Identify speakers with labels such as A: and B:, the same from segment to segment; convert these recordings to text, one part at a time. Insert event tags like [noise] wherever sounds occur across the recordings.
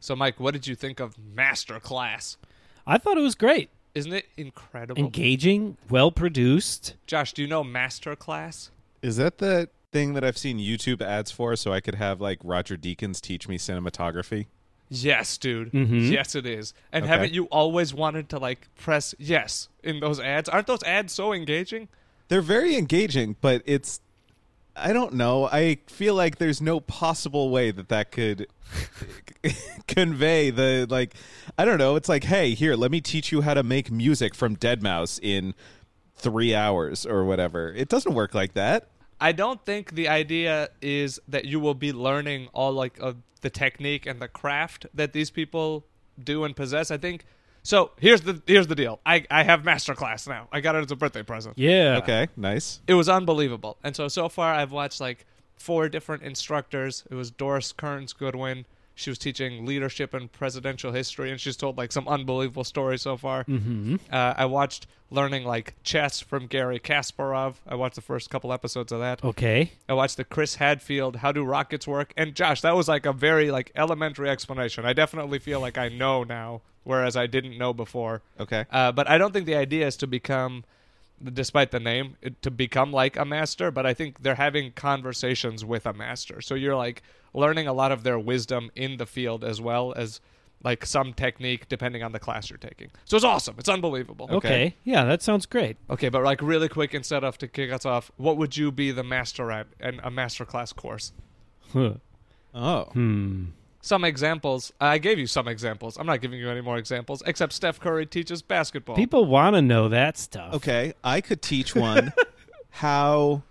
A: So, Mike, what did you think of Masterclass?
B: I thought it was great,
A: Isn't it incredible?
B: engaging, well produced.
A: Josh, do you know Masterclass?
C: Is that the thing that I've seen YouTube ads for so I could have like Roger Deakins teach me cinematography?
A: Yes, dude.
B: Mhm.
A: Yes, it is. And
C: Okay.
A: haven't you always wanted to like press yes in those ads? Aren't those ads so engaging?
C: They're very engaging, but it's I don't know. I feel like there's no possible way that that could [laughs] convey the like I don't know. It's like, "Hey, here, let me teach you how to make music from Dead Mouse in 3 hours or whatever." It doesn't work like that.
A: I don't think the idea is that you will be learning all like of the technique and the craft that these people do and possess. I think so. Here's the here's the deal. I I have masterclass now. I got it as a birthday present.
B: Yeah.
C: Okay, nice.
A: It was unbelievable. And so so far I've watched like four different instructors. It was Doris Kearns Goodwin. She was teaching leadership and presidential history, and she's told like some unbelievable stories so far. Mm-hmm. Uh, I watched learning like chess from Gary Kasparov. I watched the first couple episodes of that.
B: Okay.
A: I watched the Chris Hadfield How Do Rockets Work? And Josh, that was like a very like elementary explanation. I definitely feel like I know now, whereas I didn't know before.
C: Okay.
A: Uh, but I don't think the idea is to become, despite the name, it- to become like a master. But I think they're having conversations with a master. So you're like learning a lot of their wisdom in the field as well as like some technique depending on the class you're taking. So it's awesome. It's unbelievable.
B: okay. Yeah, that sounds great.
A: Okay, but like really quick and set off to kick us off, what would you be the master at in a master class course?
B: Huh.
C: Oh.
B: Hmm.
A: Some examples. I gave you some examples. I'm not giving you any more examples, except Steph Curry teaches basketball.
B: People want to know that stuff.
C: Okay, I could teach one how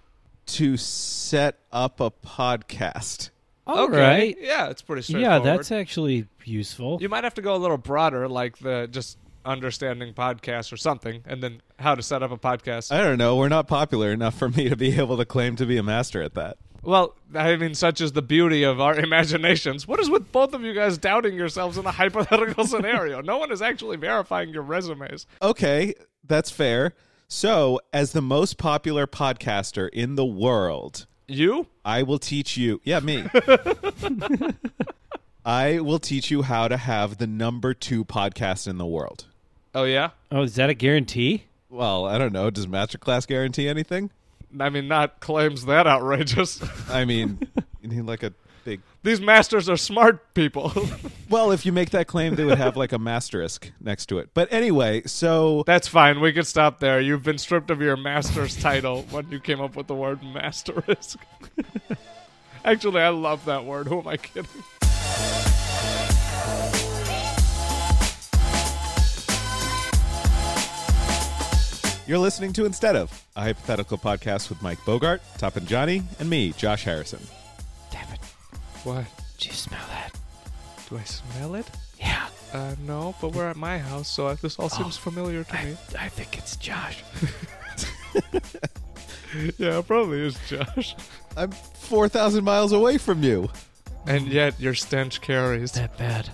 C: to set up a podcast.
B: All
A: okay.
B: right.
A: Yeah, it's pretty
B: Yeah,
A: straightforward.
B: that's actually useful.
A: You might have to go a little broader, like the just understanding podcasts or something, and then how to set up a podcast.
C: I don't know. We're not popular enough for me to be able to claim to be a master at that.
A: well, I mean, such is the beauty of our [laughs] imaginations. What is with both of you guys doubting yourselves in a [laughs] hypothetical scenario? No one is actually verifying your resumes.
C: Okay, that's fair. So, as the most popular podcaster in the world,
A: You?
C: I will teach you. Yeah, me. I will teach you how to have the number two podcast in the world.
A: Oh yeah.
B: Oh, is that a guarantee?
C: Well, I don't know. Does Masterclass guarantee anything?
A: I mean, not claims that outrageous. [laughs]
C: I mean, you need like a big
A: These masters are smart people. [laughs]
C: Well, if you make that claim, they would have like a asterisk next to it. But anyway, so
A: That's fine. We can stop there. You've been stripped of your master's title when you came up with the word [laughs] masterisk. Actually, I love that word. Who am I kidding?
C: you're listening to Instead of, a hypothetical podcast with Mike Bogart, Top and Johnny, and me, Josh Harrison.
B: Damn it.
A: What?
B: Do you smell that?
A: Do I smell it?
B: Yeah.
A: Uh, no, but we're at my house, so this
B: Oh.
A: all seems familiar to
B: [laughs]
A: me.
B: I think it's Josh.
A: yeah, it probably is Josh.
C: I'm 4,000 miles away from you.
A: And yet, your stench carries.
B: that bad.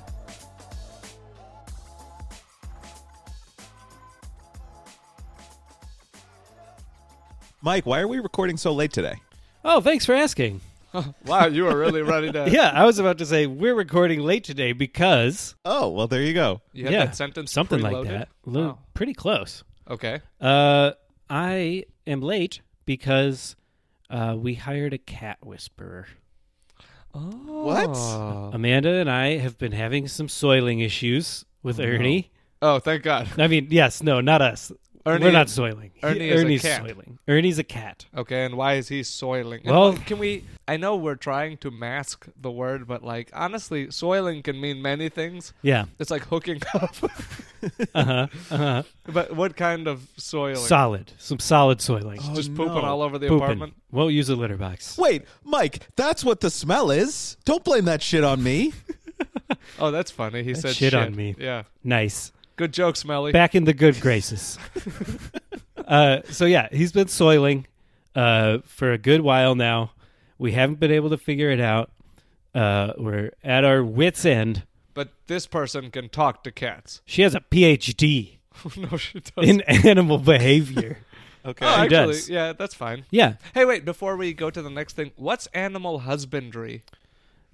C: Mike, why are we recording so late today?
B: Oh, thanks for asking.
A: wow, you are really ready to.
B: [laughs] Yeah, I was about to say we're recording late today because
C: Oh, well, there you go.
A: You had
B: yeah,
A: that sentence
B: something like
A: preloaded? Oh.
B: that. Lo-
A: Wow.
B: Pretty close.
A: Okay.
B: Uh, I am late because uh, we hired a cat whisperer.
A: Oh.
B: Amanda and I have been having some soiling issues with Ernie.
A: Oh, thank God.
B: I mean, yes, no, not us.
A: Ernie-
B: We're not soiling.
A: Ernie is a
B: Ernie's
A: cat.
B: soiling. Ernie's a cat.
A: Okay, and why is he soiling? And
B: Well-
A: what- can we? I know we're trying to mask the word, but like honestly, soiling can mean many things.
B: Yeah.
A: It's like hooking [laughs] up.
B: Uh huh. Uh huh.
A: but what kind of soiling?
B: solid. Some solid soiling.
C: Oh,
A: Just pooping all over the
B: Oh, Pooping.
A: apartment.
B: Won't use a litter box.
C: Wait, Mike, that's what the smell is. Don't blame that shit on me.
A: Oh, that's funny. He said
B: shit on me.
A: Yeah,
B: Nice.
A: good joke, Smelly.
B: Back in the good
A: [laughs]
B: graces. uh, so yeah, he's been soiling uh, for a good while now. We haven't been able to figure it out. Uh, we're at our wits' end.
A: but this person can talk to cats. [laughs] Oh,
B: She has a PhD
A: no, she doesn't. [laughs]
B: in animal behavior.
C: Okay.
A: oh, actually,
B: does.
A: yeah, that's fine.
B: Yeah,
A: Hey, wait! Before we go to the next thing, what's animal husbandry?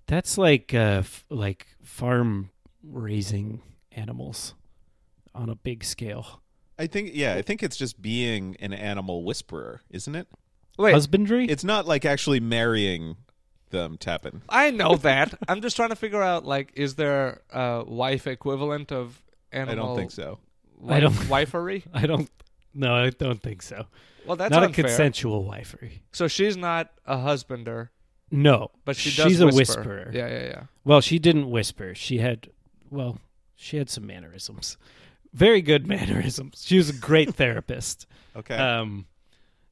B: that's like uh, f- like farm raising animals on a big scale.
C: I think yeah, I think it's just being an animal whisperer, isn't it?
A: Wait,
B: Husbandry?
C: It's not like actually marrying them, Tappan.
A: I know that. I'm just trying to figure out like, is there a wife equivalent of
C: I
A: animal?
C: don't think so.
A: Wi-
B: I don't- [laughs]
A: wifery.
B: I don't. No, I don't think so.
A: Well, that's
B: not
A: unfair.
B: a consensual wifery.
A: So she's not a husbander,
B: No,
A: but she does.
B: She's a
A: whisper.
B: whisperer.
A: Yeah, yeah, yeah.
B: Well, she didn't whisper. She had, well, she had some mannerisms. Very good [laughs] mannerisms. She was a
A: [laughs]
B: great therapist.
C: Okay.
A: uh,
B: Um,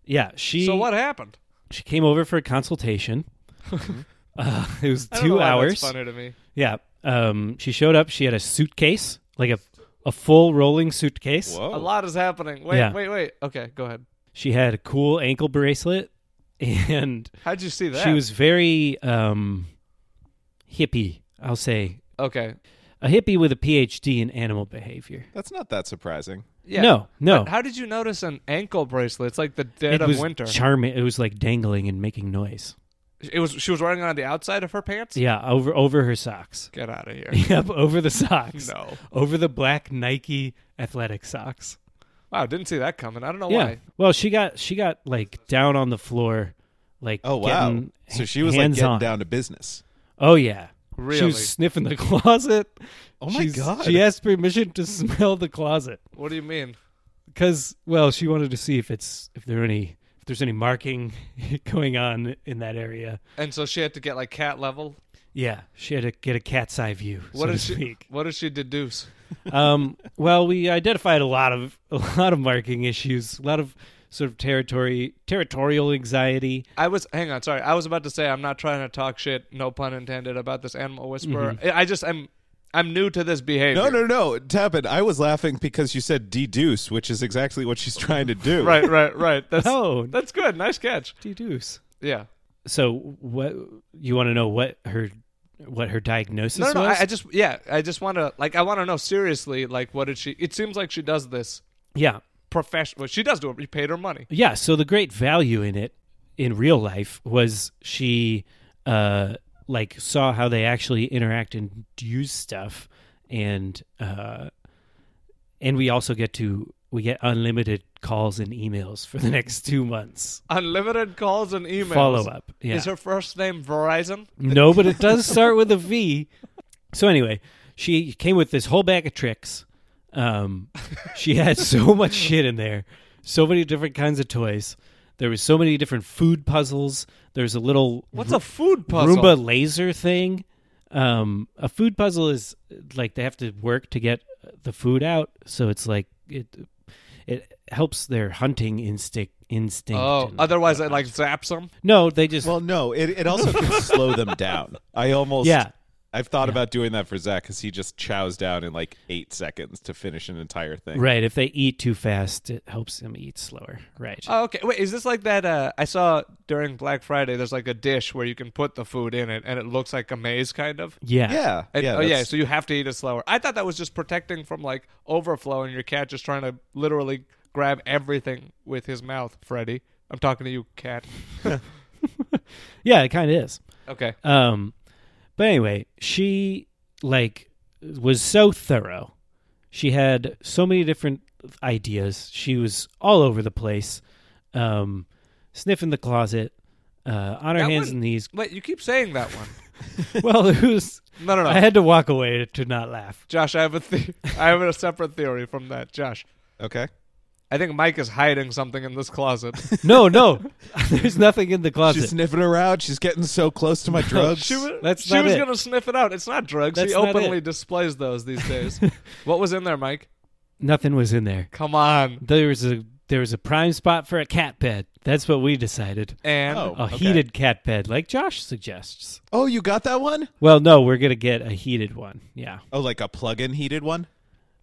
B: yeah, she.
A: so what happened?
B: She came over for
A: [laughs]
B: a consultation. uh, [laughs] it was
A: Mm-hmm. I don't know
B: two
A: why
B: hours.
A: That's funny to me.
B: Yeah. Um, she showed up. She had a suitcase, like a a full rolling suitcase.
A: A
C: Whoa.
A: lot is happening. Wait,
B: Oh. Yeah.
A: wait, wait. Okay, go ahead.
B: She had a cool ankle bracelet, [laughs] and
A: How'd you see that?
B: she was very um, hippie. I'll say
A: okay.
B: a hippie with a PhD in animal behavior.
C: That's not that surprising.
A: Yeah.
B: No, no.
A: How did you notice an ankle bracelet? It's like the dead
B: it
A: of
B: was
A: winter.
B: charming. It was like dangling and making noise.
A: it was. She was wearing it on the outside of her pants.
B: Yeah, over over her socks. [laughs]
A: Get out of here.
B: Yep, over the socks.
A: no.
B: Over the black Nike athletic socks.
A: Wow, didn't see that coming. I
C: Oh,
A: don't know
B: Yeah.
A: why.
B: Well, she got she got like down on the floor, like
C: Oh wow.
B: getting
C: so she was like
B: hands
C: getting
B: on.
C: down to business.
B: Oh yeah, she
A: Really?
B: was sniffing the [laughs] closet.
C: Oh my
B: She's-
C: God.
B: She asked permission to [laughs] smell the closet
A: What do you mean?
B: because well, she wanted to see if it's if there are any if there's any marking [laughs] going on in that area.
A: And so she had to get like cat level.
B: Yeah, she had to get a cat's eye view.
A: What
B: so
A: did
B: to
A: she?
B: speak.
A: What did she deduce?
B: um, well, we identified a lot of [laughs] a lot of marking issues, a lot of sort of territory territorial anxiety.
A: I was hang on, sorry. I was about to say I'm not trying to talk shit, no pun intended, about this animal whisperer.
B: Mm-hmm.
A: I I just I'm I'm new to this behavior.
C: No, no, no, Tappan. I was laughing because you said deduce, which is exactly what she's [laughs] trying to
B: [laughs]
C: do.
A: Right, right, right. That's
B: Oh,
A: that's good. Nice catch.
B: deduce.
A: Yeah.
B: so what you want to know what her what her diagnosis
A: No, no, no.
B: was
A: I, I just yeah. I just want to like I want to know seriously like what did she? It seems like she does this
B: yeah
A: professional. Well, she does do it. You paid her money.
B: yeah so the great value in it in real life was she uh like saw how they actually interact and use stuff and uh and we also get to we get unlimited calls and emails for the [laughs] next two months
A: Unlimited calls and emails.
B: follow up yeah
A: Is her first name Verizon?
B: No, but it does start with a V. So anyway, she came with this whole bag of tricks. Um, she had so [laughs] much shit in there, so many different kinds of toys. There was so many different food puzzles. There's a little
A: What's
B: Ro-
A: a food puzzle?
B: Roomba laser thing. Um, a food puzzle is like they have to work to get the food out, so it's like it it helps their hunting instinct instinct.
A: Oh,
B: and-
A: otherwise it like zaps them.
B: no, they just
C: Well, no, it, it also can [laughs] slow them down. I almost
B: Yeah.
C: I've thought about doing that for Zach because he just chows down in like eight seconds to finish an entire thing.
B: Right. If they eat too fast, it helps them eat slower. Right.
A: Oh, okay. Wait, is this like that? Uh, I saw during Black Friday. There's like a dish where you can put the food in it, and it looks like a maze, kind of.
B: yeah.
C: Yeah.
A: And-
C: yeah.
A: oh yeah.
C: that's-
A: So you have to eat it slower. I thought that was just protecting from like overflow, and your cat just trying to literally grab everything with his mouth. Freddy, I'm talking to you, cat.
B: Yeah. It kind of is.
A: Okay.
B: Um, but anyway, she like was so thorough. She had so many different ideas. She was all over the place, um, sniffing the closet, uh, on her
A: That
B: hands
A: one-
B: and knees. [laughs]
A: Wait, you keep saying that one.
B: well, it was.
A: No, no, no.
B: [laughs] I had to walk away to not laugh.
A: Josh, I have a the- I have a separate theory from that. Josh,
C: okay.
A: I think Mike is hiding something in this closet.
B: No, no, there's nothing in the closet.
C: She's sniffing around. She's getting so
B: [laughs]
C: close to my drugs.
A: She was,
B: [laughs] That's
A: she
B: not
A: was
B: it.
A: gonna sniff it out. It's not drugs.
B: That's
A: he
B: not
A: openly
B: it.
A: displays those these
B: [laughs]
A: days. what was in there, Mike?
B: nothing was in there.
A: Come on.
B: There was a there was a prime spot for a cat bed. That's what we decided.
A: And
C: Oh.
B: A
C: Okay.
B: heated cat bed, like Josh suggests.
C: oh, you got that one?
B: Well, no, we're gonna get a heated one. Yeah,
C: Oh, like a plug-in heated one?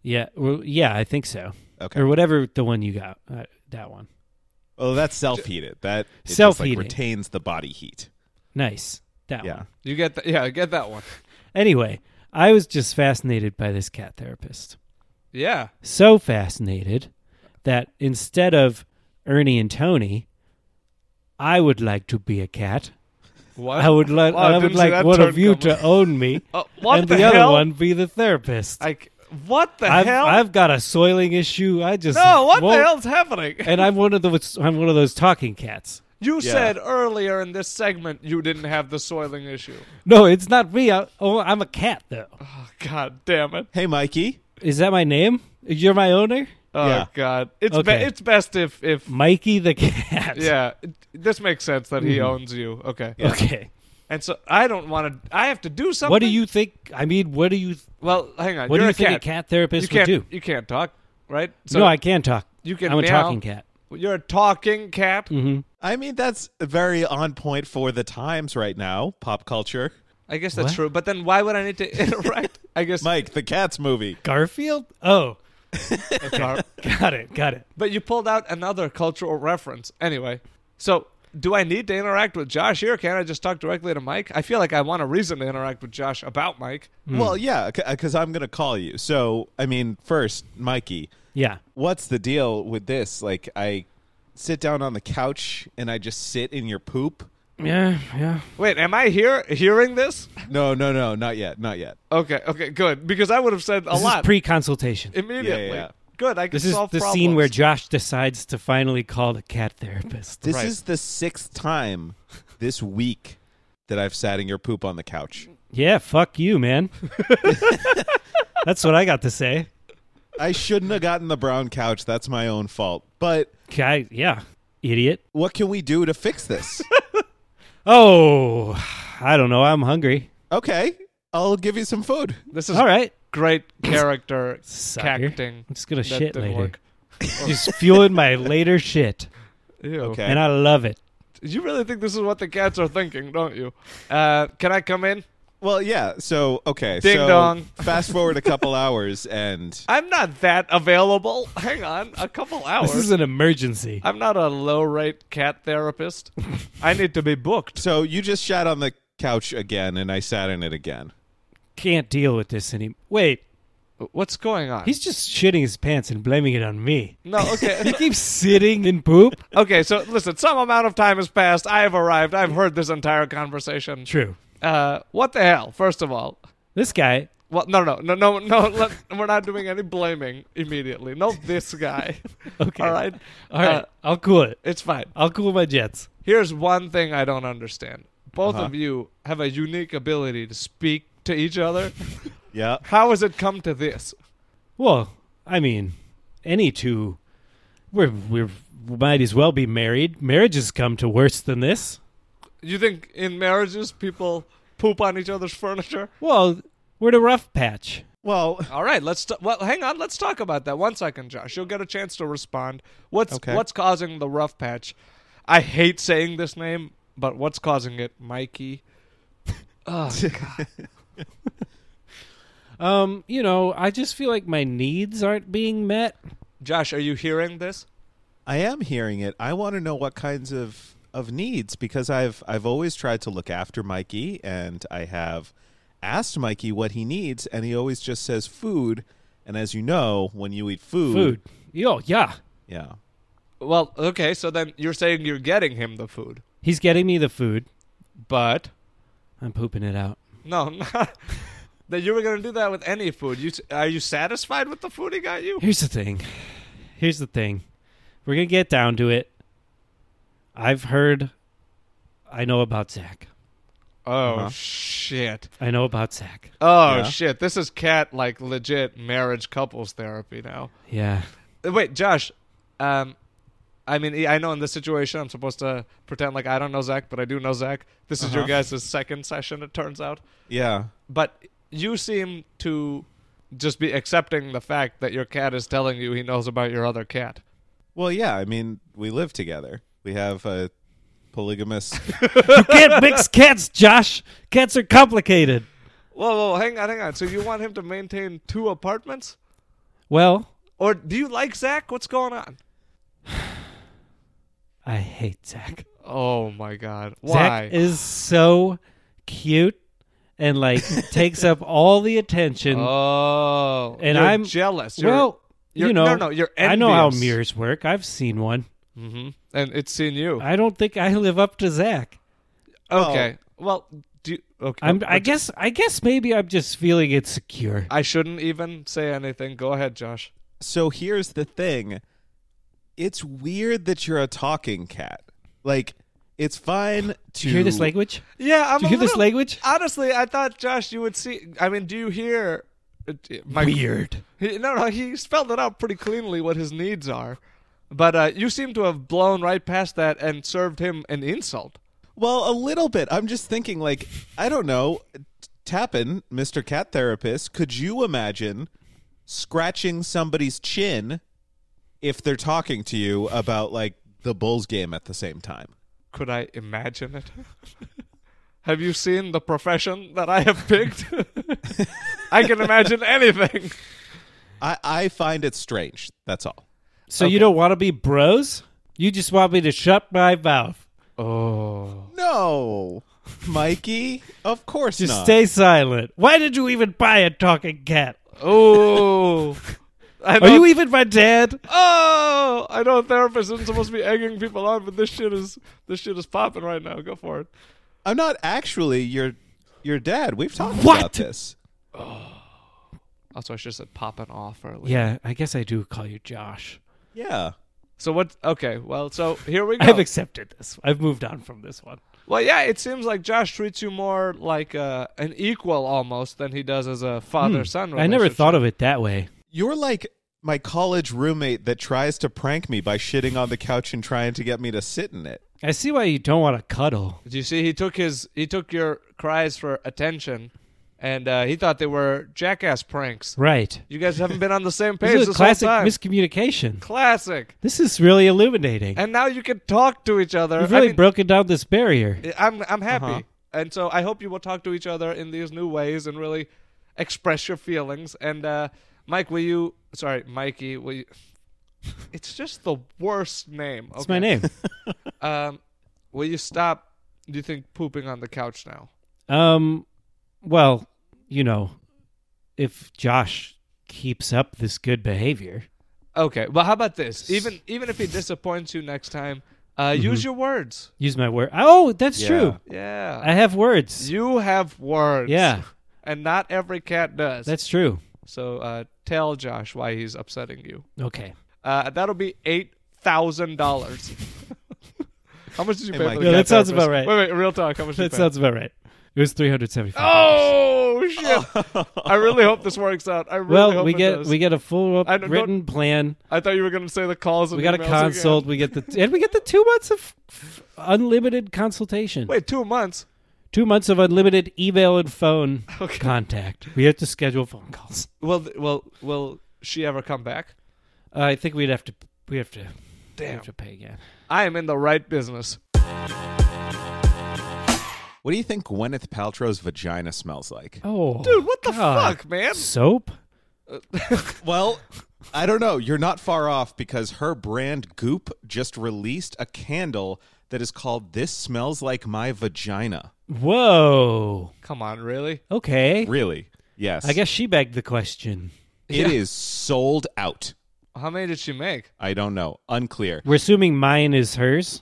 B: yeah, well, yeah. I think so,
C: Okay.
B: or whatever the one you got. Uh, that one,
C: Oh, that's self-heated. That it just,
B: Self-heating.
C: like, retains the body heat.
B: nice. That
C: Yeah.
B: one.
A: you get that? Yeah, get that one.
B: Anyway, I was just fascinated by this cat therapist.
A: Yeah.
B: So fascinated that instead of Ernie and Tony, I would like to be a cat.
A: What? [laughs]
B: I would like
A: Wow,
B: I
A: didn't
B: would
A: see
B: like
A: that
B: one
A: turn
B: of you
A: coming.
B: to
A: [laughs]
B: own me,
A: Uh, what
B: and
A: the,
B: the, other
A: hell?
B: one be the therapist.
A: I, what the
B: I've,
A: hell?
B: I've got a soiling issue. I just
A: no, what
B: won't-
A: the hell's happening?
B: [laughs] And I'm one of those. I'm one of those talking cats.
A: You
C: Yeah.
A: said earlier in this segment you didn't have the soiling issue.
B: No, it's not me. I, oh, I'm a cat though.
A: Oh, God damn it.
C: Hey, Mikey.
B: Is that my name? You're my owner,
A: Oh
C: Yeah.
A: God, it's
B: Okay.
A: be- it's best if if
B: Mikey the cat.
A: yeah, it- this makes sense that he owns you. Okay,
B: [laughs] Mm-hmm. Okay.
A: and so I don't want to. I have to do something.
B: What do you think? I mean, what do you?
A: Well, hang on.
B: What
A: You're
B: do you
A: a
B: think
A: cat.
B: a cat
A: you
B: therapist would
A: can't
B: do?
A: you can't talk, right? So
B: no, I can talk.
A: you can
B: I'm a
A: meow.
B: talking cat.
A: you're a talking cat.
B: Mm-hmm.
C: I mean, that's very on point for the times right now, pop culture.
A: I guess that's
B: What?
A: true. But then why would I need to [laughs] interact? I guess.
C: Mike, the Cats movie.
B: Garfield? Oh,
A: Gar-
B: [laughs] got it, got it.
A: but you pulled out another cultural reference. Anyway, so do I need to interact with Josh here? Can't I just talk directly to Mike? I feel like I want a reason to interact with Josh about Mike.
C: Well, yeah, because I'm going to call you. So, I mean, first, Mikey,
B: Yeah.
C: what's the deal with this? Like, I sit down on the couch and I just sit in your poop.
B: Yeah, yeah.
A: Wait, am I here hearing this?
C: No, no, no, not yet, not yet.
A: Okay, okay, good. Because I would have said a
B: This
A: lot
B: is pre-consultation.
A: immediately.
C: Yeah, yeah, yeah.
A: Good, I can
B: this is the
A: solve problems.
B: scene where Josh decides to finally call the cat therapist.
C: This
A: Right.
C: is the sixth time this week that I've sat in your poop on the couch.
B: yeah, fuck you, man. That's what I got to say.
C: I shouldn't have gotten the brown couch. That's my own fault. But
B: Okay, yeah, idiot.
C: what can we do to fix this?
B: Oh, I don't know. I'm hungry.
C: okay, I'll give you some food.
A: this is
B: All right.
A: great character
B: [laughs] Sucker.
A: cacting.
B: I'm just gonna
A: That
B: shit
A: didn't
B: later.
A: work.
B: [laughs] Just fueling my later shit,
A: Ew.
C: Okay.
B: and I love it.
A: You really think this is what the cats are thinking, don't you? Uh, can I come in?
C: Well, yeah. So okay,
A: Ding
C: so
A: dong.
C: [laughs] Fast forward a couple
A: [laughs]
C: hours, and
A: I'm not that available. [laughs] Hang on, a couple hours.
B: This is an emergency.
A: I'm not a low rate cat therapist. I need to be booked.
C: so you just sat on the couch again, and I sat in it again.
B: Can't deal with this anymore. Wait,
A: What's going on?
B: he's just shitting his pants and blaming it on me.
A: no, okay.
B: He keeps sitting in poop.
A: Okay, so listen, some amount of time has passed. I have arrived. I've heard this entire conversation.
B: True.
A: Uh, what the hell? First of all,
B: This guy.
A: well, no, no, no, no, no. Let, we're not doing any blaming immediately. No, this guy.
B: Okay.
A: All right,
B: All right.
A: Uh,
B: I'll cool it.
A: it's fine.
B: I'll cool my jets.
A: Here's one thing I don't understand. Both
C: Uh-huh.
A: of you have a unique ability to speak to each other.
C: Yeah.
A: How has it come to this?
B: Well, I mean, any two, we're we're we might as well be married. Marriages come to worse than this.
A: You think in marriages people poop on each other's furniture?
B: Well, we're in a rough patch.
C: Well,
A: All right, let's t- well, hang on. Let's talk about that one second, Josh. You'll get a chance to respond. What's
C: Okay.
A: what's causing the rough patch? I hate saying this name, but what's causing it, [laughs] Mikey? Oh,
B: Um, you know, I just feel like my needs aren't being met.
A: [laughs] Josh, are you hearing this?
C: I am hearing it. I want to know what kinds of of needs because I've I've always tried to look after Mikey and I have asked Mikey what he needs and he always just says food and as you know when you eat food
B: Food. Yo, yeah.
C: yeah
A: Well, okay, so then you're saying you're getting him the food,
B: He's getting me the food.
A: but
B: I'm pooping it out.
A: no, [laughs] not, that you were gonna do that with any food. You s- are you satisfied with the food he got you?
B: Here's the thing. Here's the thing. We're gonna get down to it. I've heard I know about Zach.
A: Oh
C: Uh-huh.
A: shit!
B: I know about Zach.
A: Oh
C: Yeah.
A: shit! This is cat like legit marriage couples therapy now.
B: Yeah.
A: Uh, Wait, Josh. Um, I mean, I- I know in this situation I'm supposed to pretend like I don't know Zach, but I do know Zach. This is your
C: Uh-huh.
A: guys' second session, it turns out.
C: yeah
A: But you seem to just be accepting the fact that your cat is telling you he knows about your other cat.
C: well yeah I mean we live together we have a polygamous [laughs]
B: You can't [laughs] mix cats, Josh. Cats are complicated.
A: Whoa, whoa, hang on, hang on. So you want him to maintain two apartments?
B: Well,
A: Or do you like Zach? What's going on?
B: I hate Zach.
A: Oh my God! Why?
B: Zach is so cute and like [laughs] takes up all the attention.
A: oh,
B: And
A: you're
B: I'm-
A: jealous. You're,
B: well,
A: you're-
B: you know,
A: no, no, you're
B: I know how
A: envious.
B: mirrors work. I've seen one.
A: Mhm. Mm-hmm. and it's seen you.
B: I don't think I live up to Zach.
A: Okay, Well, do okay.
B: Oh. I'm, I
A: let's-
B: guess I guess maybe I'm just feeling insecure.
A: I shouldn't even say anything. Go ahead, Josh.
C: So here's the thing. It's weird that you're a talking cat. Like it's fine to
B: Do you hear this language?
A: Yeah, I'm.
B: Do you
A: a
B: hear this
A: little-
B: language?
A: Honestly, I thought Josh, you would see. I mean, do you hear? uh, My,
B: Weird.
A: He, no, no, he spelled it out pretty cleanly what his needs are, but uh, you seem to have blown right past that and served him an insult.
C: Well, a little bit. I'm just thinking, like, I don't know. Tappan, Mr. Cat Therapist, could you imagine scratching somebody's chin if they're talking to you about, like, the Bulls game at the same time?
A: Could I imagine it? have you seen the profession that I have [laughs] picked? I can imagine anything.
C: I, I find it strange. That's all.
B: So you don't want to be bros? You just want me to shut my mouth.
A: Oh,
C: No, Mikey, of course
B: Just
C: not.
B: stay silent. Why did you even buy a talking cat?
A: oh. I
B: Are
A: know-
B: you even my dad?
A: Oh, I know a therapist isn't supposed to be egging people on, but this shit is this shit is popping right now. Go for it.
C: I'm not actually your your dad. We've talked
B: What?
C: about this.
A: Also, I should have said popping off earlier.
B: Yeah, I guess I do call you Josh.
C: Yeah.
A: So what? Okay. Well, so here we go.
B: I've accepted this. I've moved on from this one.
A: well, yeah. It seems like Josh treats you more like uh, an equal almost than he does as a father-son.
B: I never thought of it that way.
C: You're like my college roommate that tries to prank me by shitting on the couch and trying to get me to sit in it.
B: I see why you don't want to cuddle.
A: Do you see? He took his he took your cries for attention, and uh, he thought they were jackass pranks.
B: Right.
A: You guys haven't been on the same page
B: This
A: this,
B: is a classic
A: whole time.
B: miscommunication.
A: classic.
B: This is really illuminating.
A: And now you can talk to each other.
B: You've
A: I
B: really
A: mean-
B: broken down this barrier.
A: I'm I'm happy,
C: Uh-huh.
A: and so I hope you will talk to each other in these new ways and really express your feelings. And uh, Mike, will you? Sorry, Mikey, will you? [laughs] It's just the worst name.
B: It's my name.
A: Um, will you stop? Do you think pooping on the couch now?
B: Um, well, you know, if Josh keeps up this good behavior,
A: Okay. Well, how about this? Even even if he disappoints you next time, uh,
B: Mm-hmm.
A: use your words.
B: use my word. Oh, that's
C: Yeah.
B: true.
A: Yeah.
B: I have words.
A: you have words.
B: Yeah,
A: [laughs] And not every cat does.
B: that's true.
A: so uh, tell Josh why he's upsetting you.
B: Okay.
A: Uh, that'll be eight thousand dollars. [laughs] how much did you
C: Hey,
A: pay
C: Mike.
A: for the
B: Yeah,
A: cat
B: that sounds
A: therapist?
B: about right.
A: Wait, wait, real talk. How much
B: That
A: did you pay?
B: sounds about right. It was 375.
A: Oh shit! I really hope this works out. I really
B: Well,
A: hope
B: we
A: it
B: get
A: does.
B: we get a full up
A: I don't-
B: written plan.
A: I thought you were gonna say the calls. And
B: We got a
A: emails
B: consult.
A: again.
B: We get
A: [laughs]
B: the and we get the two months of unlimited consultation.
A: Wait, two months.
B: Two months of unlimited email and phone
A: Okay.
B: contact. We have to schedule phone calls.
A: Will th- will will she ever come back?
B: Uh, I think we'd have to we have to we
A: Damn,
B: have to pay again.
A: I am in the right business.
C: What do you think Gwyneth Paltrow's vagina smells like?
B: Oh,
A: Dude, what the
B: God.
A: fuck, man? [laughs]
B: Soap?
C: Well, I don't know. You're not far off because her brand Goop just released a candle that is called This Smells Like My Vagina.
B: Whoa.
A: Come on, really?
B: Okay.
C: Really? Yes.
B: I guess she begged the question.
C: it is sold out.
A: How many did she make?
C: I don't know. Unclear.
B: We're assuming mine is hers.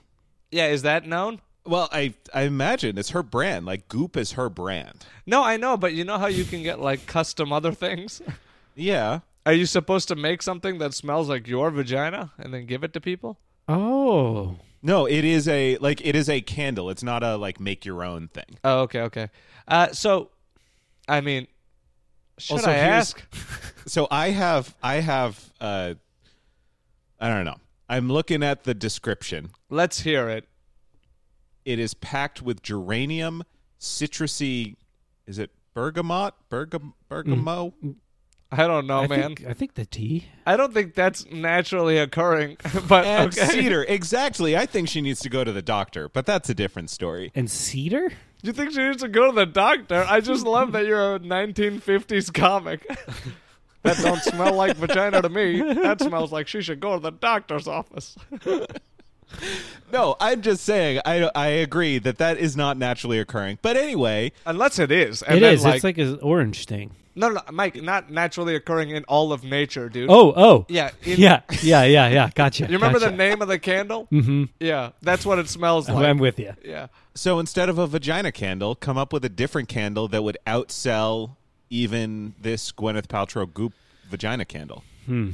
A: Yeah, is that known?
C: Well, I I imagine it's her brand. Like Goop is her brand.
A: No, I know, but you know how you can get like custom other things.
C: Yeah.
A: Are you supposed to make something that smells like your vagina and then give it to people?
B: Oh.
C: No, it is a like it is a candle. It's not a like make your own thing.
A: Oh, okay, okay. Uh, so, I mean, should
C: Also,
A: I
C: here's-
A: ask?
C: So I have I have uh I don't know. I'm looking at the description.
A: Let's hear it.
C: It is packed with geranium, citrusy is it bergamot? Bergam bergamo?
A: I don't know,
B: I
A: man.
B: think I think the tea.
A: I don't think that's naturally occurring, [laughs] but
C: And
A: okay.
C: cedar. Exactly. I think she needs to go to the doctor, but that's a different story.
B: And cedar?
A: You think she needs to go to the doctor? I just love that you're a 1950s [laughs] comic. that don't smell like vagina to me. That smells like she should go to the doctor's office.
C: No, I'm just saying I I agree that that is not naturally occurring. But anyway,
A: Unless it is. And
B: It
A: then,
B: is.
A: Like,
B: it's like an orange thing.
A: No, no, Mike, not naturally occurring in all of nature, dude.
B: Oh, oh.
A: Yeah, in-
B: yeah, yeah, yeah, yeah. Gotcha.
A: You remember
B: gotcha.
A: the name of the candle?
B: Mhm.
A: Yeah, that's what it smells like.
B: I'm with you.
A: yeah.
C: So instead of a vagina candle, come up with a different candle that would outsell even this Gwyneth Paltrow goop vagina candle.
A: Do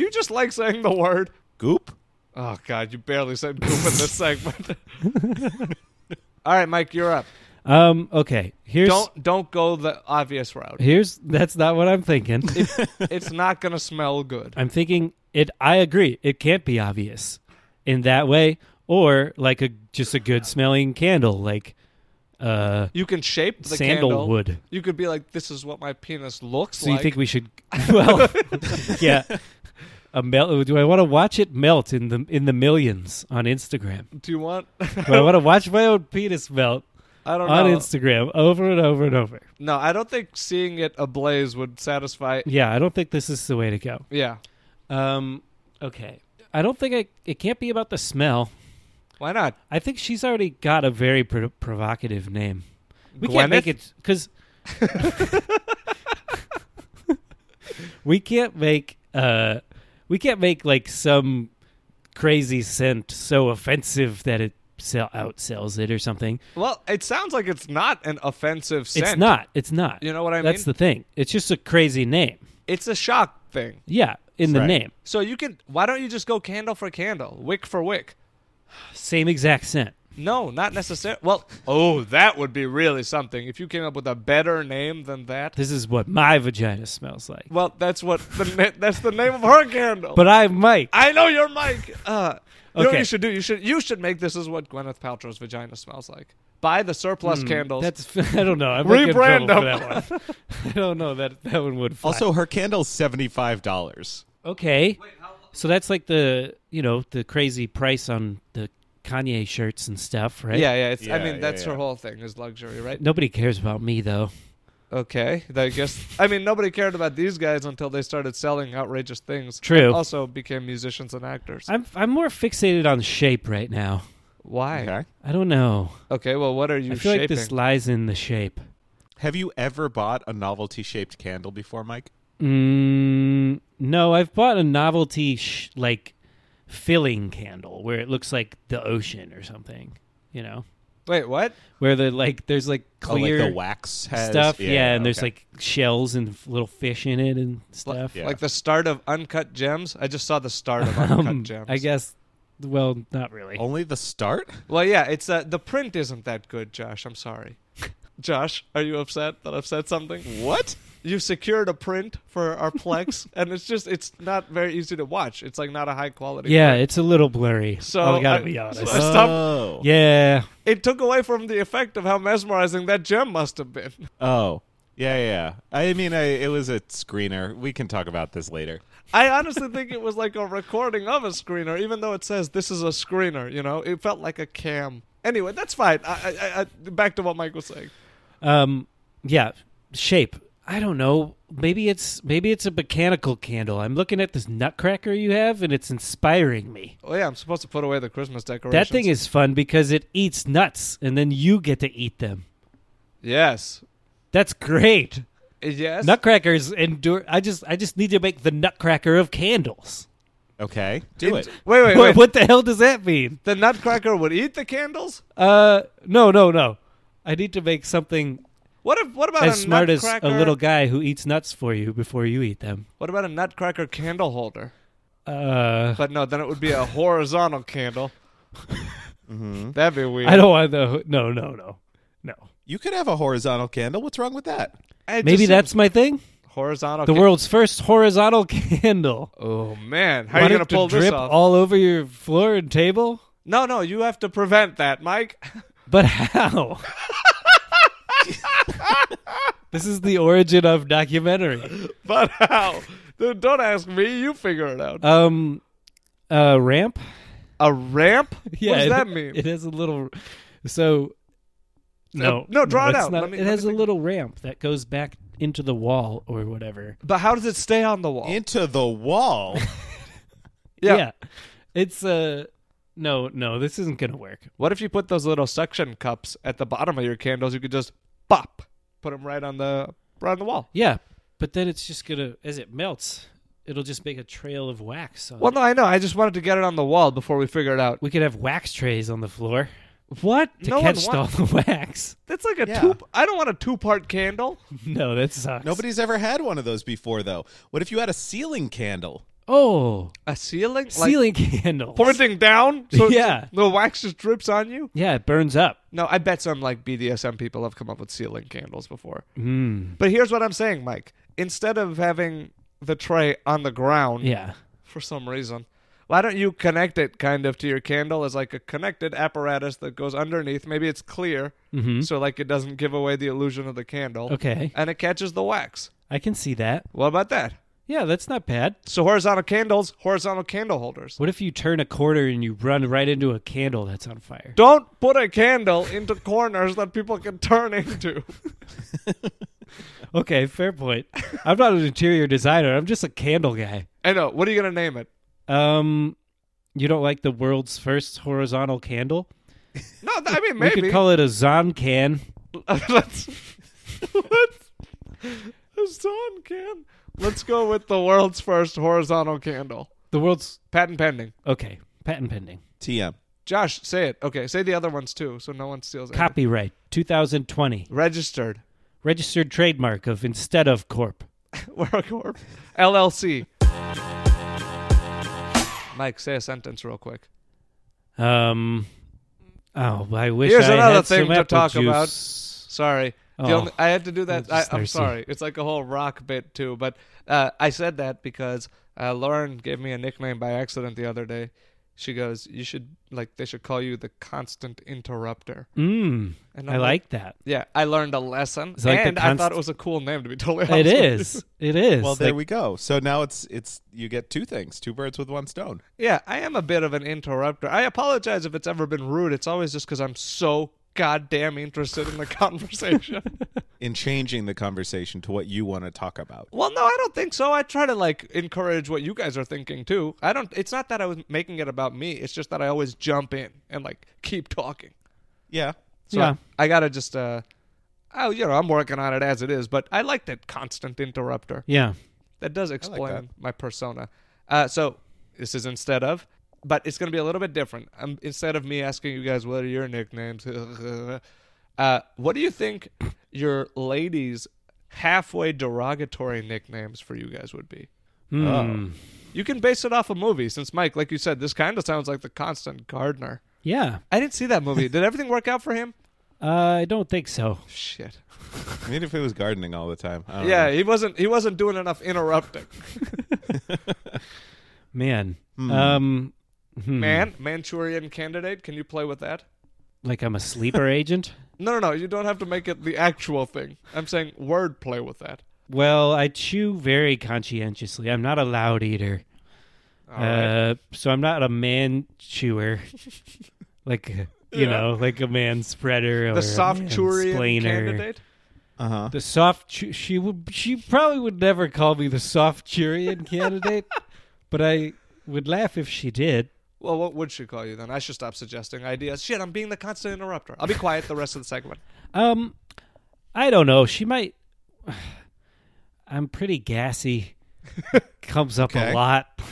A: you just like saying the word?
C: Goop?
A: Oh God, you barely said goop in this segment.
B: [laughs]
A: All right, Mike, you're up.
B: Um. Okay. Here's
A: Don't don't go the obvious route.
B: here's that's not what I'm [laughs] thinking.
A: It's not gonna smell good.
B: I'm thinking it. I agree. It can't be obvious in that way, or like a just a good smelling candle, like uh
A: You can shape the candle.
B: sandalwood.
A: You could be like, "This is what my penis looks
B: So
A: like."
B: you think we [laughs] should? Well, yeah. A mel- do I want to watch it melt in the in the millions on Instagram?
A: Do you want? [laughs]
B: Do I want to watch my own penis [laughs] melt
A: I don't
B: on
A: know.
B: Instagram over and over and over?
A: no, I don't think seeing it ablaze would satisfy. [laughs]
B: Yeah, I don't think this is the way to go.
A: Yeah.
B: Um, okay, I don't think I. It can't be about the smell.
A: Why not?
B: I think she's already got a very pro- provocative name. We
A: Gwyneth?
B: can't make it because [laughs] we can't make uh, we can't make like some crazy scent so offensive that it sell outsells it or something.
A: Well, it sounds like it's not an offensive scent.
B: It's not. It's not.
A: You know what I
B: That's
A: mean?
B: the thing. It's just a crazy name.
A: It's a shock thing.
B: Yeah, in the
C: Right.
B: name,
A: So you can. Why don't you just go candle for candle, wick for wick?
B: same exact scent.
A: No, not necessarily. Well, oh, that would be really something if you came up with a better name than that.
B: This is what my vagina smells like.
A: Well, that's what the [laughs] na- that's the name of her candle.
B: But I might.
A: I know you're Mike. Uh, you know what
B: Okay.
A: you should do? You should you should make this is what Gwyneth Paltrow's vagina smells like. Buy the surplus candles.
B: Hmm, That's [laughs] I don't know. I might get in
A: Rebrand
B: trouble for that one. [laughs] I don't know that that one would. Fly.
C: Also, her candle's $75.
B: okay, so that's like the you know the crazy price on the Kanye shirts and stuff, right?
A: yeah, yeah. It's, I
C: Yeah,
A: mean,
C: yeah,
A: that's her
C: yeah.
A: whole thing is luxury, right?
B: Nobody cares about me though.
A: Okay, I guess. I mean, nobody cared about these guys until they started selling outrageous things.
B: True.
A: and also became musicians and actors.
B: I'm I'm more fixated on shape right now.
A: Why? Okay.
C: Okay.
B: I don't know.
A: Well, what are you
B: I feel
A: shaping?
B: like this lies in the shape.
C: Have you ever bought a novelty shaped candle before, Mike?
B: Mm, no, I've bought a novelty sh- like filling candle where it looks like the ocean or something. You know,
A: Wait, what?
B: where the like there's like clear
C: Oh, like the wax has
B: stuff. Yeah, and there's
C: okay.
B: like shells and f- little fish in it and stuff.
C: yeah.
A: Like the start of Uncut Gems? I just saw the start of Uncut
B: [laughs] Um,
A: Gems.
B: I guess. Well, not really.
C: only the start.
A: Well, yeah, it's uh, the print isn't that good, Josh. I'm sorry. [laughs] Josh, are you upset that I've said something?
B: [laughs]
C: What?
A: You've secured a print for our Plex, [laughs] and it's just it's not very easy to watch. It's like not a high quality.
B: Yeah, it's a little blurry.
A: So,
B: I gotta
A: I-
B: be honest.
A: so- Stop.
C: Oh.
B: yeah,
A: It took away from the effect of how mesmerizing that gem must have been.
C: Oh. Yeah, yeah. I mean, I, it was a screener. We can talk about this later.
A: I honestly think it was like a recording of a screener, even though it says this is a screener. You know, it felt like a cam. Anyway, that's fine. I, I, I, back to what Mike was saying.
B: um, yeah. Shape. I don't know. Maybe it's maybe it's a mechanical candle. I'm looking at this nutcracker you have, and it's inspiring me.
A: Oh yeah, I'm supposed to put away the Christmas decorations.
B: That thing is fun because it eats nuts, and then you get to eat them.
A: yes,
B: That's great.
A: yes.
B: Nutcrackers endure. I just I just need to make the nutcracker of candles.
C: Okay, do it.
A: Wait, wait,
B: What,
A: wait.
B: what the hell does that mean?
A: The Nutcracker would eat the candles.
B: Uh, no, no, no. I need to make something
A: What if? What about
B: as
A: a
B: smart as
A: Nutcracker?
B: a little guy who eats nuts for you before you eat them.
A: What about a Nutcracker candle holder?
B: Uh,
A: But no, then it would be a horizontal candle. That'd be weird.
B: I don't want the. No, no, no, no.
C: You could have a horizontal candle. What's wrong with that?
A: It
B: Maybe
A: just
B: that's
A: seems-
B: my thing.
A: horizontal.
B: The
A: ca-
B: world's first horizontal [laughs] candle.
A: Oh man, how are
B: Want
A: you
B: it
A: gonna
B: to
A: pull this
B: drip
A: off?
B: all over your floor and table?
A: no, no, you have to prevent that, Mike. [laughs]
B: But how? [laughs] this is the origin of documentary.
A: but how? Dude, don't ask me. You figure it out.
B: Um, uh, ramp.
A: a
B: [laughs]
A: ramp?
B: Yeah,
A: what does
B: it-
A: that mean?
B: It has a little. So. No,
A: no, draw it
B: it's
A: out.
B: not-
A: Let me-
B: it
A: let me
B: has a
A: think.
B: little ramp that goes back into the wall or whatever.
A: but how does it stay on the wall?
C: Into
B: [laughs]
C: the wall.
A: Yeah.
B: it's Uh, no, no, this isn't gonna work.
A: What if you put those little suction cups at the bottom of your candles? You could just pop, put them right on the right on the wall.
B: Yeah, But then it's just gonna as it melts, it'll just make a trail of wax. On
A: Well,
B: it.
A: no, I know. I just wanted to get it on the wall before we figure it out.
B: we could have wax trays on the floor. What to
A: No one
B: catch all
A: wants-
B: the wax? [laughs]
A: That's like a
C: Yeah.
A: two. I don't want a two-part candle.
B: No, that sucks.
C: Nobody's ever had one of those before, though. What if you had a ceiling candle?
B: Oh,
A: A ceiling. Like,
B: ceiling candles.
A: pointing down. So
B: [laughs] Yeah.
A: The wax just drips on you.
B: Yeah, it burns up.
A: No, I bet some like BDSM people have come up with ceiling candles before.
B: Mm.
A: But here's what I'm saying, Mike. Instead of having the tray on the ground
B: Yeah.
A: for some reason, why don't you connect it kind of to your candle as like a connected apparatus that goes underneath? Maybe it's clear, so like it doesn't give away the illusion of the candle.
B: Mm-hmm. Okay,
A: And it catches the wax.
B: I can see that.
A: What about that?
B: Yeah, that's not bad.
A: So horizontal candles, horizontal candle holders.
B: What if you turn a corner and you run right into a candle that's on fire?
A: Don't put a candle into corners that people can turn into.
B: Okay, fair point. [laughs] I'm not an interior designer. I'm just a candle guy.
A: [laughs] I know. What are you gonna name it?
B: Um, you don't like the world's first horizontal candle?
A: No, th- I mean
B: We
A: maybe.
B: could call it a Zon can.
A: [laughs] let's let's a song can. Let's go with the world's first horizontal candle.
B: The world's
A: Patent pending.
B: okay. Patent pending.
C: TM.
A: Josh, say it. Okay, say the other ones too, so no one steals it.
B: Copyright 2020.
A: Registered. [laughs]
B: Registered trademark of Instead of Corp.
A: We're a [laughs] corp. LLC. Mike, say a sentence real quick.
B: Um. Oh, I wish.
A: Here's
B: I
A: another
B: had
A: thing
B: some
A: to
B: apple
A: talk about.
B: juice.
A: Sorry. The
B: Oh.
A: only, I had to do that.
B: I'm
A: I,
B: just
A: I'm
B: thirsty.
A: sorry. It's like a whole rock bit too, but uh, I said that because uh, Lauren gave me a nickname by accident the other day. She goes, "You should like they should call you the constant interrupter."
B: Mm,
A: And
B: I
A: I'm
B: like that.
A: Yeah, I learned a lesson,
B: It's like the
A: and I
B: const-
A: thought it was a cool name to be totally honest. with
B: It
A: you.
B: is. It is.
C: Well, there
B: Like,
C: we go. So now it's it's you get two things, two birds with one stone.
A: Yeah, I am a bit of an interrupter. I apologize if it's ever been rude. It's always just because I'm so goddamn interested in the [laughs] conversation.
C: In changing the conversation to what you want to talk about.
A: Well, no, I don't think so. I try to like encourage what you guys are thinking too. I don't. It's not that I was making it about me. It's just that I always jump in and like keep talking.
C: Yeah.
A: So
B: Yeah.
A: I, I gotta just. uh Oh, you know, I'm working on it as it is, but I like that constant interrupter.
B: yeah.
A: That does explain
C: that.
A: my persona. Uh, so this is instead of, but it's going to be a little bit different. Um, instead of me asking you guys what are your nicknames, [laughs] uh, what do you think your ladies' halfway derogatory nicknames for you guys would be?
B: Mm.
A: You can base it off a movie, since Mike, like you said, this kind of sounds like the Constant Gardener.
B: Yeah.
A: I didn't see that movie. Did everything work out for him?
B: Uh, I don't think so.
A: Shit.
C: I mean, if it was gardening all the time. I don't
A: Yeah,
C: know.
A: he wasn't. He wasn't doing enough interrupting.
B: Man. Um. hmm.
A: Hmm. Man, Manchurian Candidate. Can you play with that?
B: Like I'm a sleeper [laughs] agent.
A: No, no, no. You don't have to make it the actual thing. I'm saying word play with that.
B: Well, I chew very conscientiously. I'm not a loud eater.
A: All right.
B: Uh, so I'm not a man
A: [laughs]
B: chewer, like you know, like a man spreader or
A: the
B: a
A: soft
B: mansplainer.
A: Churian candidate.
C: Uh-huh.
B: The soft chew- she would she probably would never call me the soft
A: [laughs]
B: Churian candidate, but I would laugh if she did.
A: Well, what would she call you then? I should stop suggesting ideas. Shit, I'm being the constant interrupter. I'll be quiet the rest of the segment.
B: Um, I don't know. She might. [sighs] I'm pretty
C: [laughs]
B: gassy. Comes up
C: Okay.
B: a lot.
A: [laughs]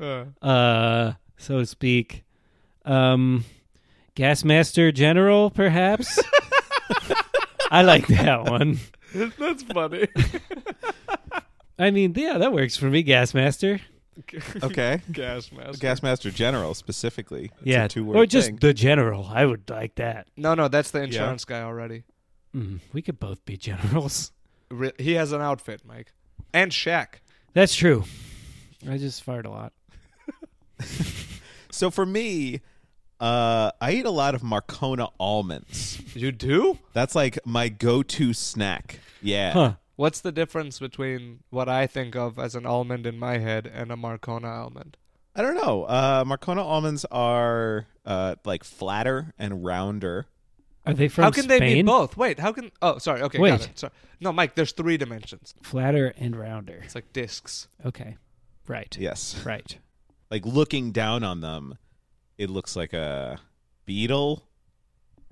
A: Uh,
B: uh, so to speak. Um, Gas Master General,
C: [laughs]
B: perhaps. I like that one.
A: that's funny. [laughs]
B: I mean, yeah, that works for me, Gas Master. [laughs]
C: Okay.
A: Gas mask.
C: Gasmaster General specifically. It's
B: yeah,
C: a two-word
B: or just
C: thing.
B: the General. I would like that.
A: No, no, that's the insurance guy already.
B: Mm, we could both be generals.
A: Re- he has an outfit, Mike, and Shaq.
B: That's true. I just fart a lot.
C: So for me, uh, I eat a lot of Marcona almonds.
A: You do?
C: That's like my go-to snack. Yeah.
B: Huh.
A: What's the difference between what I think of as an almond in my head and a Marcona almond?
C: I don't know. Uh, Marcona almonds are uh, like flatter and rounder.
B: Are they from
A: how can
B: Spain?
A: they be both? Wait, how can? Oh, sorry. Okay, got
B: Wait.
A: it. Sorry. No, Mike. There's three dimensions.
B: Flatter and rounder.
A: It's like discs.
B: Okay. Right.
C: Yes.
B: Right.
C: Like looking down on them, it looks like a beetle.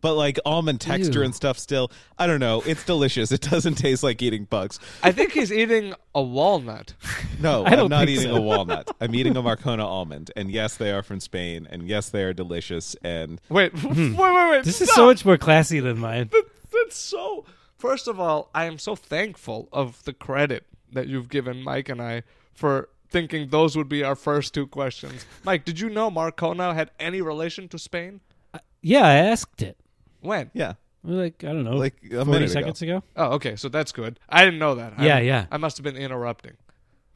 C: but like almond texture and stuff still. I don't know. It's delicious. It doesn't [laughs] taste like eating bugs.
A: I think he's eating a walnut.
C: No,
B: I don't
C: I'm not
B: think
C: eating
B: so. [laughs]
C: a walnut. I'm eating a Marcona almond. And yes, they are from Spain. And yes, they are delicious. And
A: Wait, wait, wait, wait.
B: Hmm. This
A: stop.
B: is so much more classy than mine.
A: That's so. First of all, I am so thankful of the credit that you've given Mike and I for thinking those would be our first two questions. Mike, did you know Marcona had any relation to Spain?
B: Yeah, I asked it.
A: When?
C: yeah,
B: Like I don't know,
C: Like a minute
B: forty
C: ago.
B: seconds ago.
A: Oh, okay. So that's good. I didn't know that.
B: Yeah,
A: I,
B: yeah.
A: I must have been interrupting.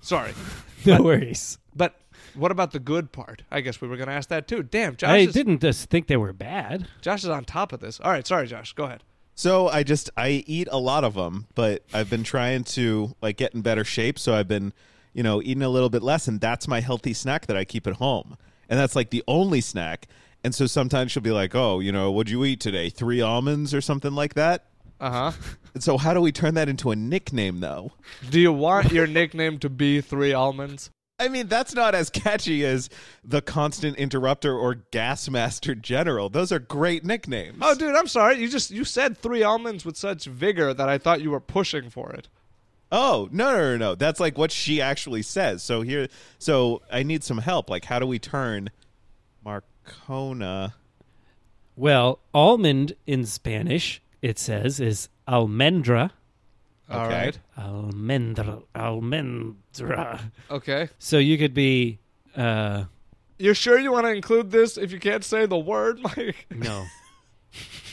A: Sorry.
B: No worries.
A: But what about the good part? I guess we were going to ask that too. Damn, Josh,
B: I
A: is,
B: didn't just think they were bad.
A: Josh is on top of this. All right. Sorry, Josh. Go ahead.
C: So I just I eat a lot of them, but I've been trying to like get in better shape. So I've been, you know, eating a little bit less, and that's my healthy snack that I keep at home, and that's like the only snack. And so sometimes she'll be like, "Oh, you know, what'd you eat today? Three almonds or something like that." Uh-huh.
A: Uh huh.
C: And so how do we turn that into a nickname, though?
A: [laughs] Do you want your nickname to be Three Almonds?
C: I mean, that's not as catchy as the Constant Interrupter or Gas Master General. Those are great nicknames.
A: Oh, dude, I'm sorry. You just you said three almonds with such vigor that I thought you were pushing for it.
C: Oh no no no no! That's like what she actually says. So here, so I need some help. Like, how do we turn Marcona?
B: Well, almond in Spanish it says is almendra.
A: All
C: Okay.
A: right.
B: Almendra, almendra.
A: Okay.
B: So you could be, uh,
A: You're sure you want to include this if you can't say the word, [laughs] Mike?
B: no.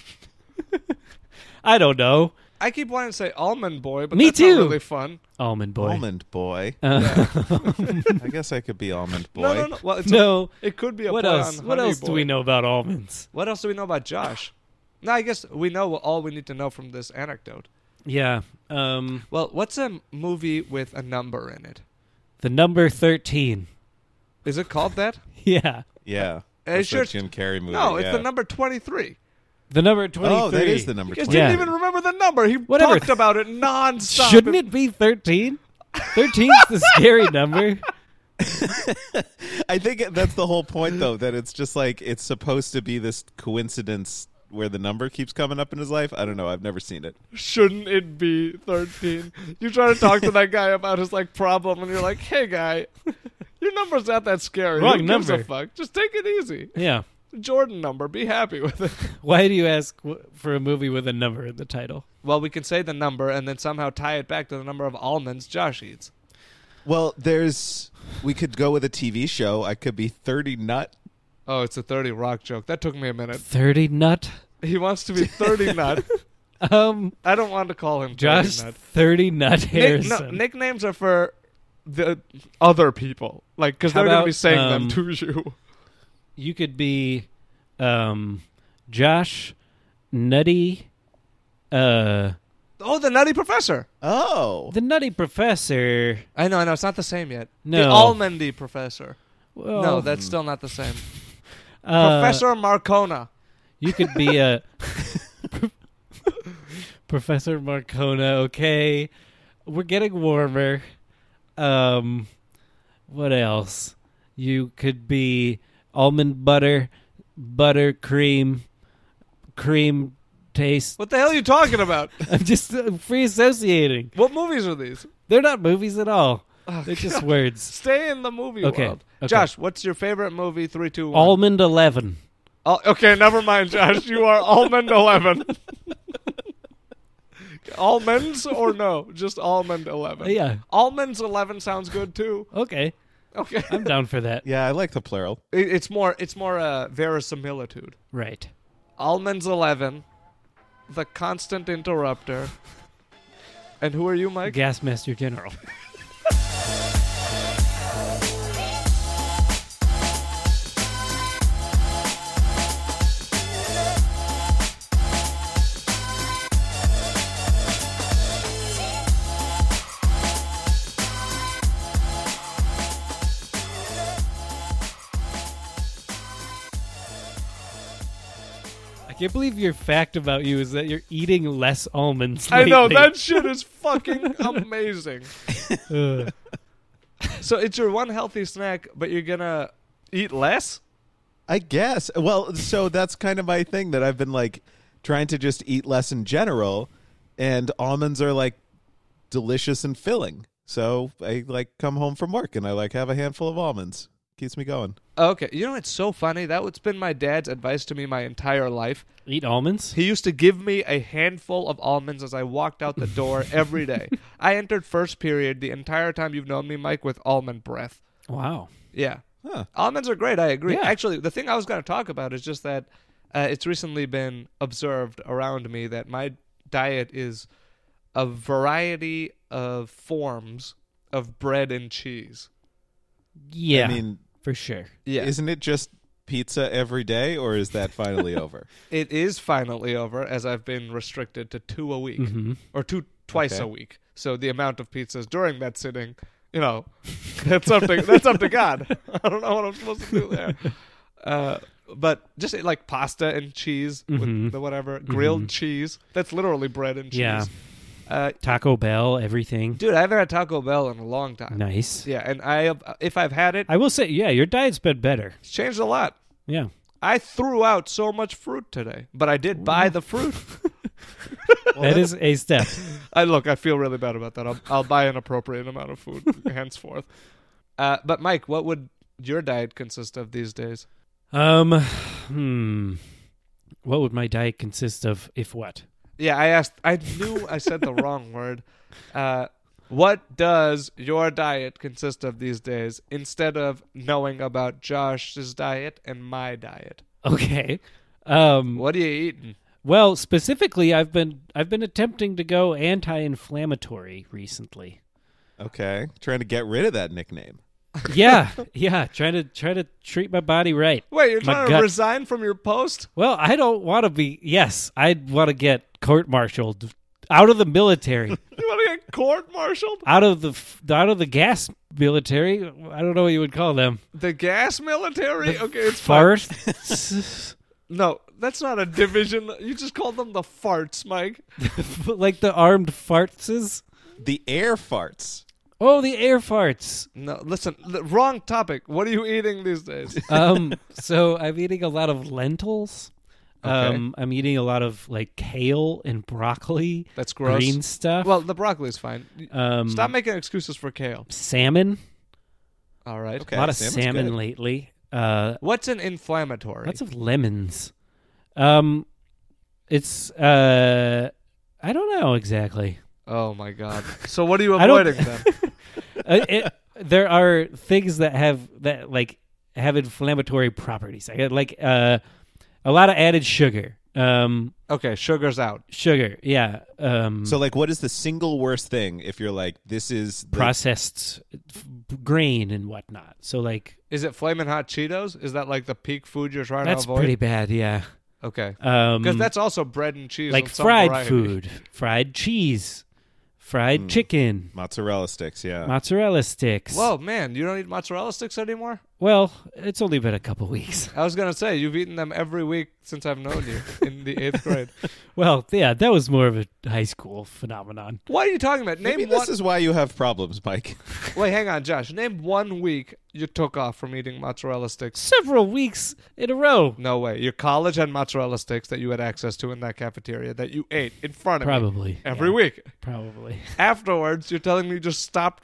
B: [laughs] I don't know.
A: I keep wanting to say almond boy, but
B: Me
A: that's not
B: too.
A: really fun.
B: Almond boy.
C: Almond boy.
B: Uh,
C: I guess I could be almond boy.
A: No, no, no. Well, it's a,
B: no.
A: it could be a
B: What
A: play
B: else?
A: on
B: What
A: honey
B: else do
A: boy.
B: we know about almonds?
A: What else do we know about Josh? no, I guess we know all we need to know from this anecdote.
B: Yeah. Um,
A: Well, what's a movie with a number in it?
B: the number thirteen.
A: Is it called that?
B: [laughs] Yeah.
C: Yeah,
A: Uh,
C: that's
A: sure.
C: that Jim Carrey movie.
A: no, it's
C: yeah.
A: the number 23.
B: The number twenty-three.
C: Oh, that is the number.
A: He just
C: 20.
B: Yeah.
A: didn't even remember the number. He
B: Whatever.
A: talked about it nonstop.
B: Shouldn't it be thirteen? Thirteen's the scary [laughs] number.
C: I think that's the whole point, though. That it's just like it's supposed to be this coincidence where the number keeps coming up in his life. I don't know. I've never seen it.
A: Shouldn't it be 13? You try to talk to that guy about his like problem and you're like, "Hey guy, your number's not that scary.
B: Wrong
A: Who gives a
B: number.
A: fuck? Just take it easy.
B: Yeah.
A: Jordan number, be happy with it." [laughs]
B: Why do you ask w- for a movie with a number in the title?
A: Well, we can say the number and then somehow tie it back to the number of almonds Josh eats.
C: Well, there's. We could go with a TV show. I could be thirty nut.
A: Oh, it's a 30 rock joke. That took me a minute.
B: Thirty nut.
A: He wants to be 30 nut.
B: Um,
A: I don't want to call him 30
B: Josh
A: nut.
B: thirty nut
A: Nick,
B: Harrison.
A: no, nicknames are for the other people, like because
B: How
A: they're going to
B: about,
A: be saying them
B: um,
A: to you.
B: You could be, um, Josh, nutty, uh,
A: Oh, the Nutty Professor.
C: Oh,
B: the nutty professor.
A: I know, I know. It's not the same yet.
B: No.
A: The Almondy Professor.
B: Well,
A: no, that's still not the same.
B: uh,
A: professor Marcona.
B: You could be a Professor Marcona. Okay, we're getting warmer. Um, what else? You could be almond butter, butter cream, cream taste.
A: What the hell are you talking about?
B: I'm just uh, free associating.
A: what movies are these?
B: They're not movies at all.
A: Oh,
B: They're just
A: God.
B: words.
A: Stay in the movie
B: Okay,
A: world.
B: okay.
A: Josh, what's your favorite movie? Three, two, one.
B: Almond eleven.
A: Al- Oh, okay, never mind, Josh. You are Almond Eleven. Almonds or no? Just Almond Eleven.
B: Yeah.
A: Almonds 11 sounds good too.
B: Okay,
A: Okay.
B: I'm down for that.
C: yeah. I like the plural.
A: It- it's more it's more uh, verisimilitude.
B: Right.
A: Almonds 11, the constant interrupter. And who are you, Mike?
B: Gas Master General. [laughs] I can't believe your fact about you is that you're eating less almonds.
A: I know
B: lately.
A: that shit is fucking amazing.
B: Ugh.
A: So it's your one healthy snack, but you're going to eat less?
C: I guess. Well, so that's kind of my thing that I've been like trying to just eat less in general, and almonds are like delicious and filling. So I like come home from work and I like have a handful of almonds. Keeps me going.
A: Okay, you know it's so funny. That was been my dad's advice to me my entire life.
B: Eat almonds.
A: He used to give me a handful of almonds as I walked out the door every day. I entered first period the entire time you've known me, Mike, with almond breath.
B: Wow.
A: Yeah.
C: Huh.
A: Almonds are great. I agree.
B: Yeah.
A: Actually, the thing I was going to talk about is just that uh, it's recently been observed around me that my diet is a variety of forms of bread and cheese.
B: Yeah.
C: I mean,
B: for sure.
A: Yeah,
C: isn't it just pizza every day, or is
A: [laughs]
C: that finally over?
A: it is finally over as I've been restricted to two a week or two twice
C: Okay.
A: a week. So the amount of pizzas during that sitting, you know, [laughs] that's up to that's up to God. [laughs] I don't know what I'm supposed to do there. Uh, but just like pasta and cheese with the whatever grilled cheese. That's literally bread and cheese.
B: Yeah.
A: Uh,
B: Taco Bell, everything.
A: dude, I haven't had Taco Bell in a long time.
B: Nice.
A: Yeah, and I have, if I've had it,
B: I will say, yeah, your diet's been better.
A: it's changed a lot.
B: Yeah.
A: I threw out so much fruit today, but I did buy the fruit.
B: that is a step.
A: I look, I feel really bad about that. I'll, I'll buy an appropriate amount of
B: [laughs]
A: food henceforth. Uh, but Mike, what would your diet consist of these days?
B: [laughs] um, hmm. What would my diet consist of if what?
A: Yeah, I asked. I knew I said the
B: [laughs]
A: wrong word. Uh, what does your diet consist of these days? Instead of knowing about Josh's diet and my diet,
B: Okay. Um,
A: what are you eating?
B: well, specifically, I've been I've been attempting to go anti-inflammatory
C: [laughs]
B: recently.
C: Okay, trying to get rid of that nickname.
B: Yeah, yeah, trying to try to treat my body right.
A: Wait, you're
B: My
A: trying to
B: gut-
A: resign from your post?
B: Well, I don't want to be. Yes, I want to get court-martialed out of
A: [laughs]
B: the military,
A: You want to get court-martialed?
B: out of the f- out of the gas military. I don't know what you would call them.
A: The gas military? okay, it's fine. [laughs]
B: Farts.
A: No, that's not a division. You just called them the farts, Mike.
B: like the armed fartses.
C: The air farts.
B: Oh, the air farts.
A: No, listen, the wrong topic. What are you eating these
B: [laughs]
A: days? [laughs]
B: Um, so I'm eating a lot of lentils.
A: Okay.
B: Um, I'm eating a lot of like kale and broccoli.
A: That's gross.
B: Green stuff.
A: well, the broccoli's fine.
B: um,
A: Stop making excuses for kale.
B: salmon.
A: All right.
C: Okay,
B: a lot of
C: salmon's
B: salmon
C: good.
B: lately. Uh,
A: What's an inflammatory?
B: lots of lemons. Um, it's uh, I don't know exactly.
A: oh my
B: [laughs]
A: god. So what are you
B: I don't-
A: avoiding
B: [laughs]
A: then?
B: uh, it, [laughs] there are things that have that like have inflammatory properties. I got, Like uh, a lot of added sugar. Um,
A: Okay, sugar's out.
B: sugar, yeah. Um,
C: So, like, what is the single worst thing if you're like, this is the
B: processed f- grain and whatnot. So like
A: Is it flaming hot Cheetos? Is that like the peak food you're trying
B: that's
A: to avoid?
B: pretty bad. Yeah.
A: Okay.
B: Um,
A: Because that's also bread and cheese.
B: like
A: in some
B: fried
A: variety. Hmm.
B: food, fried cheese, fried chicken,
C: mozzarella sticks? Yeah.
B: mozzarella sticks.
A: Whoa, man, you don't eat mozzarella sticks anymore?
B: Well, it's only been a couple weeks. [laughs]
A: I was gonna say you've eaten them every week since I've known you in the
B: [laughs]
A: eighth grade.
B: Well, yeah, that was more of a high school phenomenon.
A: What are you talking about? Name
C: Maybe
A: one.
C: this is why you have problems, Mike. [laughs]
A: Wait, hang on, Josh. Name one week you took off from eating mozzarella sticks.
B: Several weeks in a row.
A: No way. Your college had mozzarella sticks that you had access to in that cafeteria that you ate in front of me
B: Probably.
A: every
B: yeah,
A: week.
B: Probably. [laughs]
A: Afterwards, you're telling me you just stopped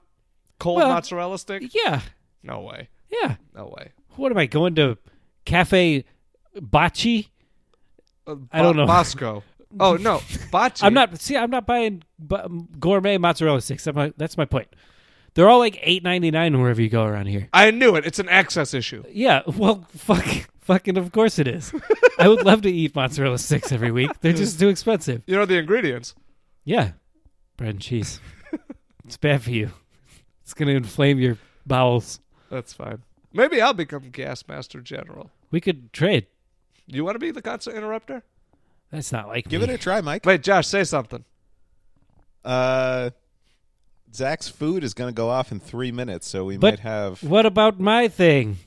A: cold
B: Well-
A: mozzarella stick?
B: Yeah.
A: No way.
B: Yeah.
A: No way.
B: What am I going to Cafe Bocce?
A: Uh,
B: I don't
A: Bo-
B: know. [laughs]
A: Bosco. Oh no, Bocce.
B: I'm not see I'm not buying bu- um, gourmet mozzarella sticks. I'm like, that's my point. They're all like 8.99 wherever you go around here.
A: I knew it. It's an access issue.
B: Yeah, [laughs] well fuck fucking of course it is. I would love to eat mozzarella sticks every week. They're just too expensive.
A: You know the ingredients.
B: Yeah. Bread and
C: [laughs]
B: cheese. it's bad for you. It's going to inflame your bowels.
A: That's fine. Maybe I'll become gas master general.
B: We could trade.
A: You want to be the constant interrupter?
B: That's not like
C: Give
B: me.
C: it a try, Mike.
A: Wait, Josh, say something.
C: Uh, Zach's food is going to go off in three minutes, so we
B: But-
C: might have.
B: what about my thing?